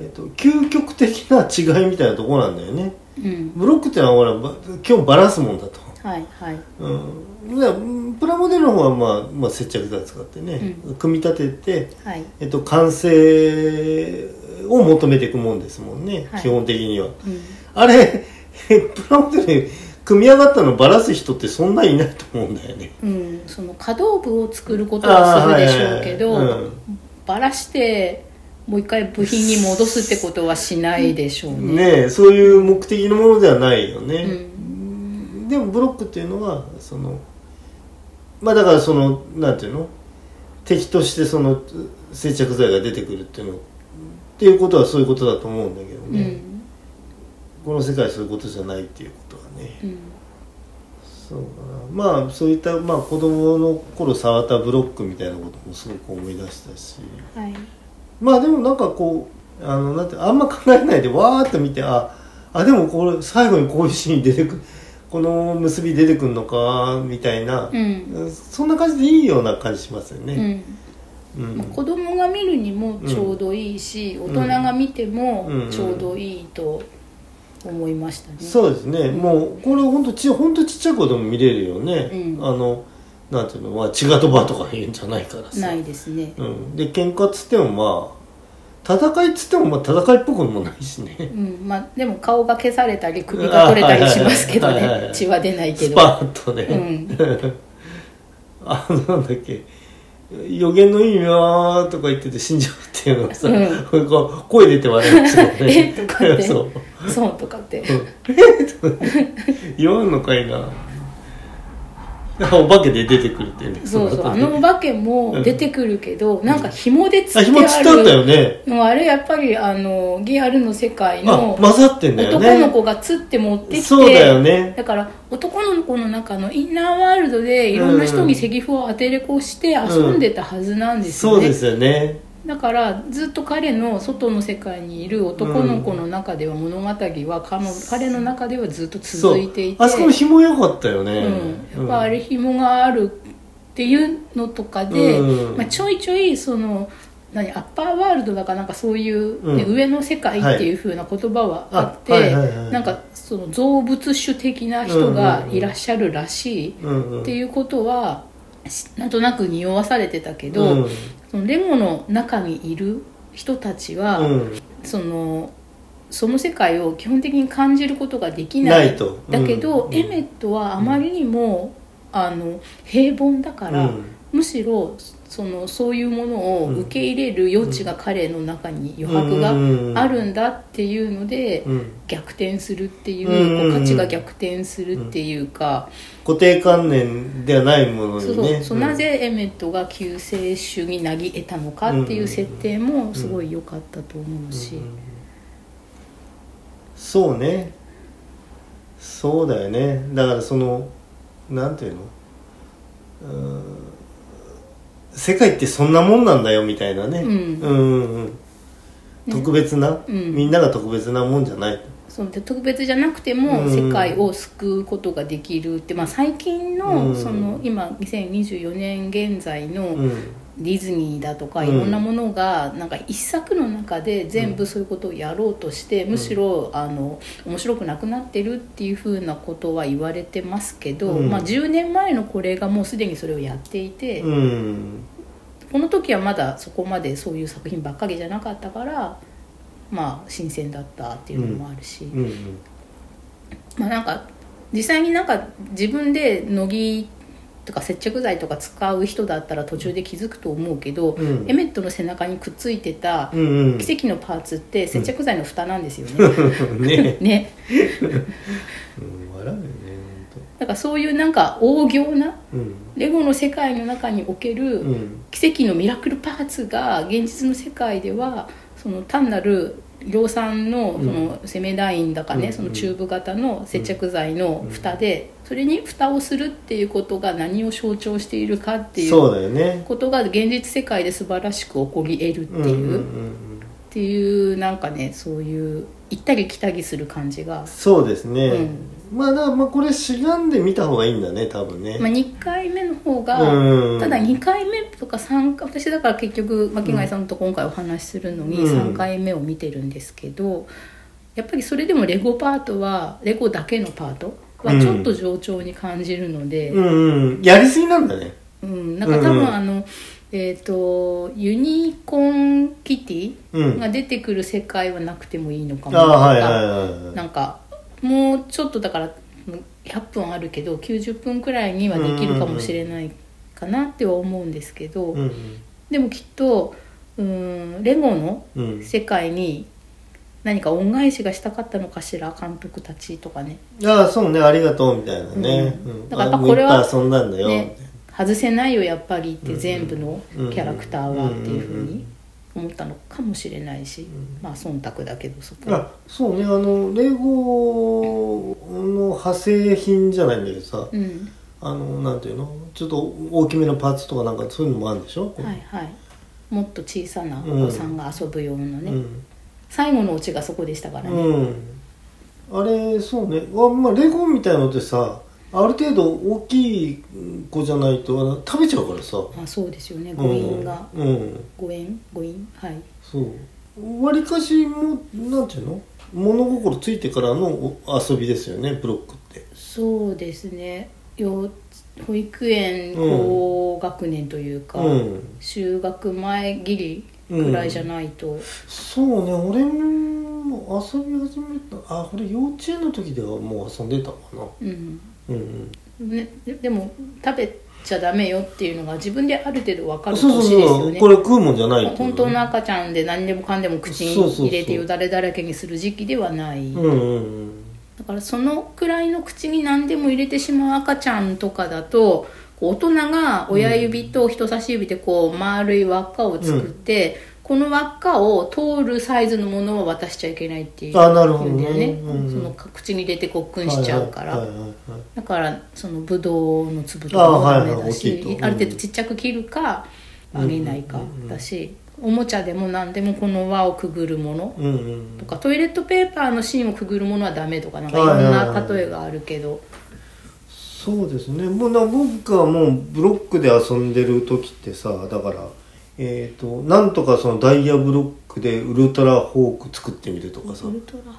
S1: えっと究極的な違いみたいなところなんだよね
S2: うん、
S1: ブロックってのはほらば基本バランスもんだと。
S2: はいはい
S1: うん、だからうんプラモデルの方は、まあまあ、接着剤使ってね、組み立てて、
S2: はい。
S1: えっと、完成を求めていくもんですもんね、
S2: はい
S1: 基本的には
S2: うん
S1: あれ プラモデル組み上がったのバラす人ってそんないないと思うんだよね
S2: うん、その可動部を作ることはするでしょうけど、
S1: あーはいはいはいうん
S2: バラしてもう一回部品に戻すってことはしないでしょうね。
S1: ねえそういう目的のものではないよね、
S2: うん
S1: でもブロックっていうのはそのまあだからそのなんていうの敵としてその接着剤が出てくるっていうのっていうことはそういうことだと思うんだけど
S2: う
S1: ね、
S2: ん
S1: この世界はそういうことじゃないっていうことはね
S2: うん
S1: そうかなまあそういった、まあ、子供の頃触ったブロックみたいなこともすごく思い出したし
S2: はい
S1: まあでもなんかこうあのなんてあんま考えないでわーっと見てああでもこれ最後にこういうシーン出てくこの結び出てくるのかみたいな、
S2: うん
S1: そんな感じでいいような感じしますよ
S2: う
S1: ね。
S2: ん
S1: うん
S2: まあ子供が見るにもちょうどいいし、
S1: ん
S2: 大人が見ても
S1: うん
S2: ちょうどいいと思いましたね、
S1: そうですね、もうこれ本当ち本当ちっちゃい子でも見れるよね。
S2: うん
S1: あのなんていうのまあ血が飛ばとか言うんじゃないからさ。
S2: ないですね
S1: うん、で喧嘩っつってもまあ戦いっつってもまあ戦いっぽくもないしね。
S2: うんまあ、でも顔が消されたり首が取れたりしますけど
S1: あはいはいはい
S2: ね血は出ないけ
S1: ス
S2: ど
S1: パーンとね。
S2: うん
S1: あのなんだっけ予言の意味はとか言ってて死んじゃうっていうのがさ、
S2: うん
S1: これこう声出て笑っちゃうね
S2: えとかっ て
S1: そう
S2: そうとかって
S1: 言わんのかいなお化けで出てくるってね
S2: そうそう
S1: の
S2: あ
S1: 後ね
S2: のお化けも出てくるけど、なんか紐でつ
S1: あ
S2: って
S1: 紐つってあ
S2: あ
S1: っ
S2: る
S1: たよね
S2: でもあれやっぱりあのリアルの世界
S1: あ
S2: の
S1: 混ざってんだよね
S2: 男の子がつって持ってきて
S1: そうだよね
S2: だから男の子の中のインナーワールドでいろんな人にセリフを当てれこして遊んでたはずなんです
S1: そ
S2: よ
S1: う
S2: ね、
S1: ですよね
S2: だからずっと彼の外の世界にいる男の子の中では物語は彼の彼の中ではずっと
S1: そ
S2: 続いうていて
S1: あそこの紐良かったよね、
S2: うん、やっぱあれ紐があるっていうのとかで、
S1: うん
S2: まあ、ちょいちょいその何アッパーワールドだかなんかそういう、ね
S1: うん
S2: 上の世界っていう風な言葉はあって、
S1: はいあはいはいはい
S2: なんかその造物主的な人がいらっしゃるらしい
S1: うんうん
S2: っていうことはしなんとなく匂わされてたけど、
S1: うん
S2: そのレゴの中にいる人たちは、
S1: うん
S2: そのその世界を基本的に感じることができない
S1: ないとうん
S2: だけど、
S1: うん
S2: エメットはあまりにも、あの平凡だか
S1: う
S2: ら、
S1: ん
S2: むしろそのそういうものを受け入れる余地が彼の中に余白があるんだっていうので、
S1: うん
S2: 逆転するっていう,、
S1: うん
S2: こう価値が逆転するっていうか、
S1: 固定観念ではないもの
S2: そう
S1: に
S2: そう
S1: ね
S2: そうなぜエメットが救世主になり得たのかっていう設定もすごい良かったと思うし。
S1: うんそうねそうだよねだからそのなんていうのうーん世界ってそんなもんなんだよみたいなね、
S2: うん
S1: うんうん特別な、
S2: うん
S1: みんなが特別なもんじゃない
S2: その特別じゃなくても
S1: うん
S2: 世界を救うことができるって、まあ、最近の,、
S1: うん
S2: その今2024年現在
S1: う
S2: の
S1: ん
S2: ディズニーだとか
S1: うん
S2: いろんなものがなんか一作の中で全部そういうことをやろうとして、むしろあの面白くなくなってるっていうふうなことは言われてますけど、
S1: うん
S2: まあ、10年前のこれがもうすでにそれをやっていて、
S1: うん
S2: この時はまだそこまでそういう作品ばっかりじゃなかったから、まあ、新鮮だったっていうのもあるし。
S1: うん
S2: まあ、なんか実際になんか自分で乃木とか接着剤とか使う人だったら途中で気づくと思うけど、
S1: うん
S2: エメットの背中にくっついてた
S1: うんうん
S2: 奇跡のパーツって接着剤の蓋なんですよね。
S1: ね
S2: ね
S1: うん笑うよね
S2: だからそういうなんか大行な
S1: ほんと
S2: レゴの世界の中における、
S1: うんうん
S2: 奇跡のミラクルパーツが現実の世界ではその単なる量産の
S1: うん
S2: そのセメダインだかね、
S1: うん
S2: そのチューブ型の接着剤の蓋で、それに蓋をするっていうことが何を象徴しているかってい
S1: そううだよね
S2: ことが現実世界で素晴らしく起こり得るって
S1: うんう
S2: いう、
S1: んうんう
S2: っ
S1: ん
S2: ていうなんかねそういう行ったり来たりする感じが、
S1: そうですね、
S2: うん
S1: まあだからまあこれしがんで見た方がいいんだね多分ね、
S2: まあ、2回目の方が、
S1: うん
S2: ただ2回目とか3回私だから結局巻貝さんと今回お話しするのに
S1: うん
S2: 3回目を見てるんですけど、やっぱりそれでもレゴパートはレゴだけのパートはちょっと冗長に感じるので、う
S1: うんんうんやりすぎなんだね
S2: なんか多
S1: うん
S2: 分あの、えっ、とユニコーンキテ
S1: う
S2: ィ
S1: ん
S2: が出てくる世界はなくてもいいのか
S1: あ
S2: も
S1: あはい
S2: と
S1: は
S2: か
S1: いはい
S2: なんかもうちょっとだから100分あるけど90分くらいにはできるかもしれないかなっては思うんですけど、
S1: うん
S2: でもきっとうーんレゴの
S1: うんうん
S2: 世界に何か恩返しがしたかったのかしら監督たちとかね
S1: ああそうねありがとうみたいなね、
S2: う
S1: うんん
S2: だからやっぱ
S1: あもう
S2: これは
S1: っ
S2: い
S1: ぱい遊んだんだよ、
S2: ね外せないよやっぱりって全部の
S1: うんうん
S2: キャラクターはっていうふう
S1: うんうんう
S2: に
S1: ん
S2: 思ったのかもしれないしまあ忖度だけどそこは
S1: あそうねあのレゴの派生品じゃないんだけどさ、
S2: うん
S1: あのなんていうのちょっと大きめのパーツとかなんかそういうのもあるんでしょ、
S2: はいはいもっと小さなお子さんが遊ぶようなね、
S1: うん
S2: 最後のオチがそこでしたからね、
S1: うん、あれそうねわ、まあ、レゴみたいのってさある程度大きい子じゃないとあの食べちゃうからさ
S2: あそうですよね
S1: うん
S2: 誤飲が、
S1: うん
S2: 誤飲誤飲はい
S1: そうわりかしもなんていうの物心ついてからのお遊びですよねブロックって
S2: そうですね幼保育園
S1: うん
S2: 高学年というか、
S1: うん
S2: 就学前ギリぐらいじゃないと、
S1: そうね俺も遊び始めたあこれ幼稚園の時ではもう遊んでたかな
S2: うん
S1: うんうん
S2: ね、ででも食べちゃダメよっていうのが自分である程度分か
S1: そう
S2: る
S1: そう
S2: 年です
S1: そ
S2: よ
S1: う
S2: ね
S1: これ食うもんじゃないっていう
S2: 本当の赤ちゃんで何でもかんでも口に
S1: そうそうそう
S2: 入れてよだれだらけにする時期ではない、
S1: うんうんうん
S2: だからそのくらいの口に何でも入れてしまう赤ちゃんとかだとこう大人が親指と人差し指でこう丸い輪っかを作って、この輪っかを通るサイズのものは渡しちゃいけないっていう
S1: あなるほどね
S2: 言うんだよね、
S1: うん
S2: その口に入れてこっくんしちゃうから、
S1: はいはいはいはい
S2: だからそのぶどうの粒とかも
S1: あは
S2: ダ
S1: い
S2: メ
S1: はい
S2: だし
S1: 大きいと
S2: ある程度ちっちゃく切るかあげないかだし、おもちゃでも何でもこの輪をくぐるもの
S1: うんうん
S2: とかトイレットペーパーの芯をくぐるものはダメとかなんかいろ
S1: はい
S2: ん
S1: はいはい
S2: な例えがあるけど
S1: そうですねもうな僕はもうブロックで遊んでる時ってさだからえっ、となんとかそのダイヤブロックでウルトラホーク作ってみるとかさ
S2: ウルトラ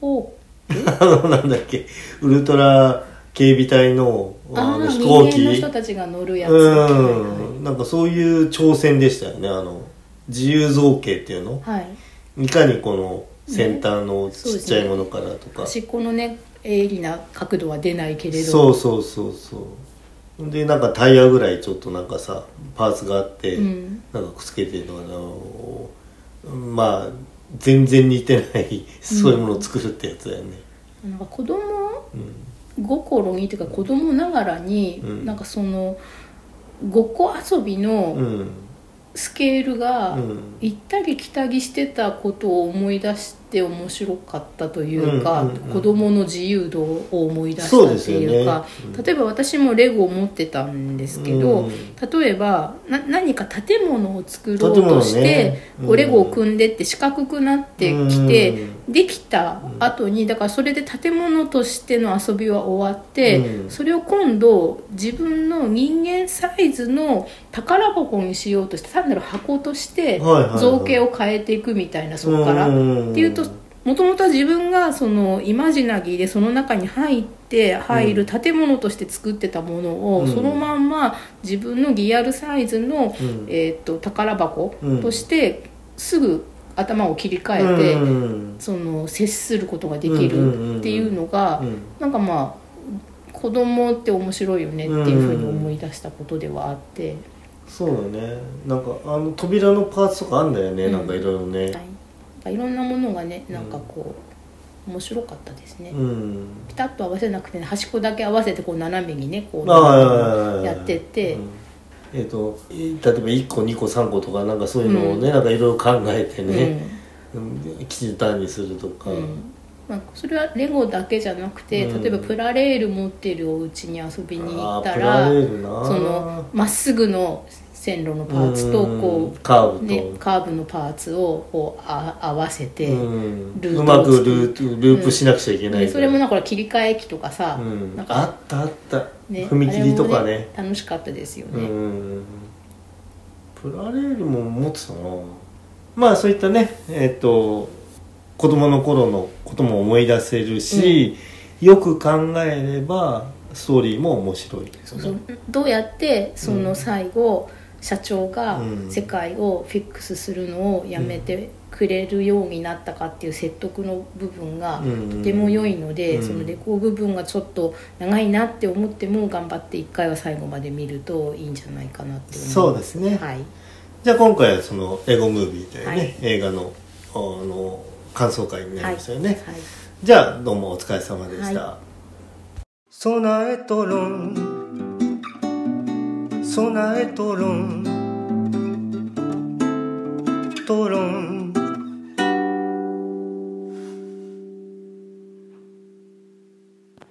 S2: ホ
S1: あのなんだっけウルトラ警備隊の
S2: ーク
S1: あ
S2: あ
S1: の
S2: あ
S1: 飛
S2: 人
S1: 行機
S2: 間の人たちが乗るやつ
S1: うん、なんかそういう挑戦でしたよねあの自由造形っていうの
S2: はい、はい、
S1: いかにこの先端の
S2: そ
S1: ちっ
S2: うです
S1: ち
S2: ね
S1: ゃいものからとか、
S2: 端っこのね鋭利な角度は出ないけれど
S1: そうそうそうそうでなんかタイヤぐらいちょっとなんかさパーツがあって、
S2: うん
S1: なんかくっつけてるのかなあのまあ全然似てないそういうものを作るってやつだよね、
S2: なんか子供
S1: うん
S2: 心にというか子供ながらに、
S1: うん
S2: なんかそのごっこ遊び
S1: う
S2: の
S1: ん
S2: スケールが、
S1: うん
S2: 行ったり来たりしてたことを思い出して面白かったというか、
S1: うんうんうん
S2: 子どもの自由度を思い出したって
S1: そ
S2: いうか
S1: うですよねうん
S2: 例えば私もレゴを持ってたんですけど、
S1: うん
S2: 例えばな何か建物を作ろうとして、
S1: 建物ねうん
S2: こうレゴを組んでって四角くなってきて、できた後にだからそれで建物としての遊びは終わって、
S1: うん
S2: それを今度自分の人間サイズの宝箱にしようとして単なる箱とし
S1: は
S2: て
S1: いはいはい
S2: 造形を変えていくみたいなそこから。
S1: ん
S2: っていうともともとは自分がそのイマジナギーでその中に入って入る建物として作ってたものを、
S1: うん
S2: そのまんま自分のリアルサイズの、
S1: うん
S2: えー、と宝箱
S1: うん
S2: としてすぐ頭を切り替えて、
S1: うん
S2: その接することができるっていうのが、
S1: うん
S2: なんかまあ子供って面白いよねっていうふうに思い出したことではあって、
S1: そうだねなんかあの扉のパーツとかあんだよね、
S2: うん
S1: なんかいろいろね、
S2: はい、いろんなものがねなんかこう、面白かったですね、
S1: うん
S2: ピタッと合わせなくて、ね、端っこだけ合わせてこう斜めにねこう
S1: ああ
S2: やってって、
S1: うんえー、とい例えば1個2個3個とかなんかそういうのをね、なんかいろいろ考えてね、うん、きちんと単にするとか、
S2: うんうんまあ、それはレゴだけじゃなくて、
S1: うん
S2: 例えばプラレール持ってるお家に遊びに行
S1: あ
S2: った
S1: ープラ
S2: ら
S1: レールな
S2: そのまっすぐの線路のパーツとこ
S1: んカー
S2: う、
S1: ブと、
S2: ね、カーブのパーツをこうあ合わせて、
S1: うん
S2: ルートを
S1: うまくルートループしなくちゃいけないから、
S2: でそれもなんか切り替え機とかさ、
S1: うん
S2: なん
S1: あ
S2: か、
S1: ったあった、
S2: ね、
S1: 踏切とか
S2: あれ
S1: ね
S2: も楽しかったですよ
S1: う
S2: ね、
S1: んプラレールも持ってたなまあそういったねえっ、と子供の頃のことも思い出せるし、よく考えればストーリーも面白いです
S2: そうそ
S1: ね
S2: うどうやってその最後、社長が
S1: うん
S2: 世界をフィックスするのをやめてくれるようになったかっていう説得の部分が
S1: うん
S2: とても良いので、
S1: うん
S2: そのレコー部分がちょっと長いなって思っても頑張って一回は最後まで見るといいんじゃないかなって思い
S1: そう
S2: ま
S1: ですね、
S2: はい
S1: じゃあ今回はそのレゴムービーというね、
S2: はい
S1: 映画のあの感想会になりましたよね、
S2: はい
S1: じゃあどうもお疲れ様でした、
S2: は
S3: 備えとろん備えとろんとろん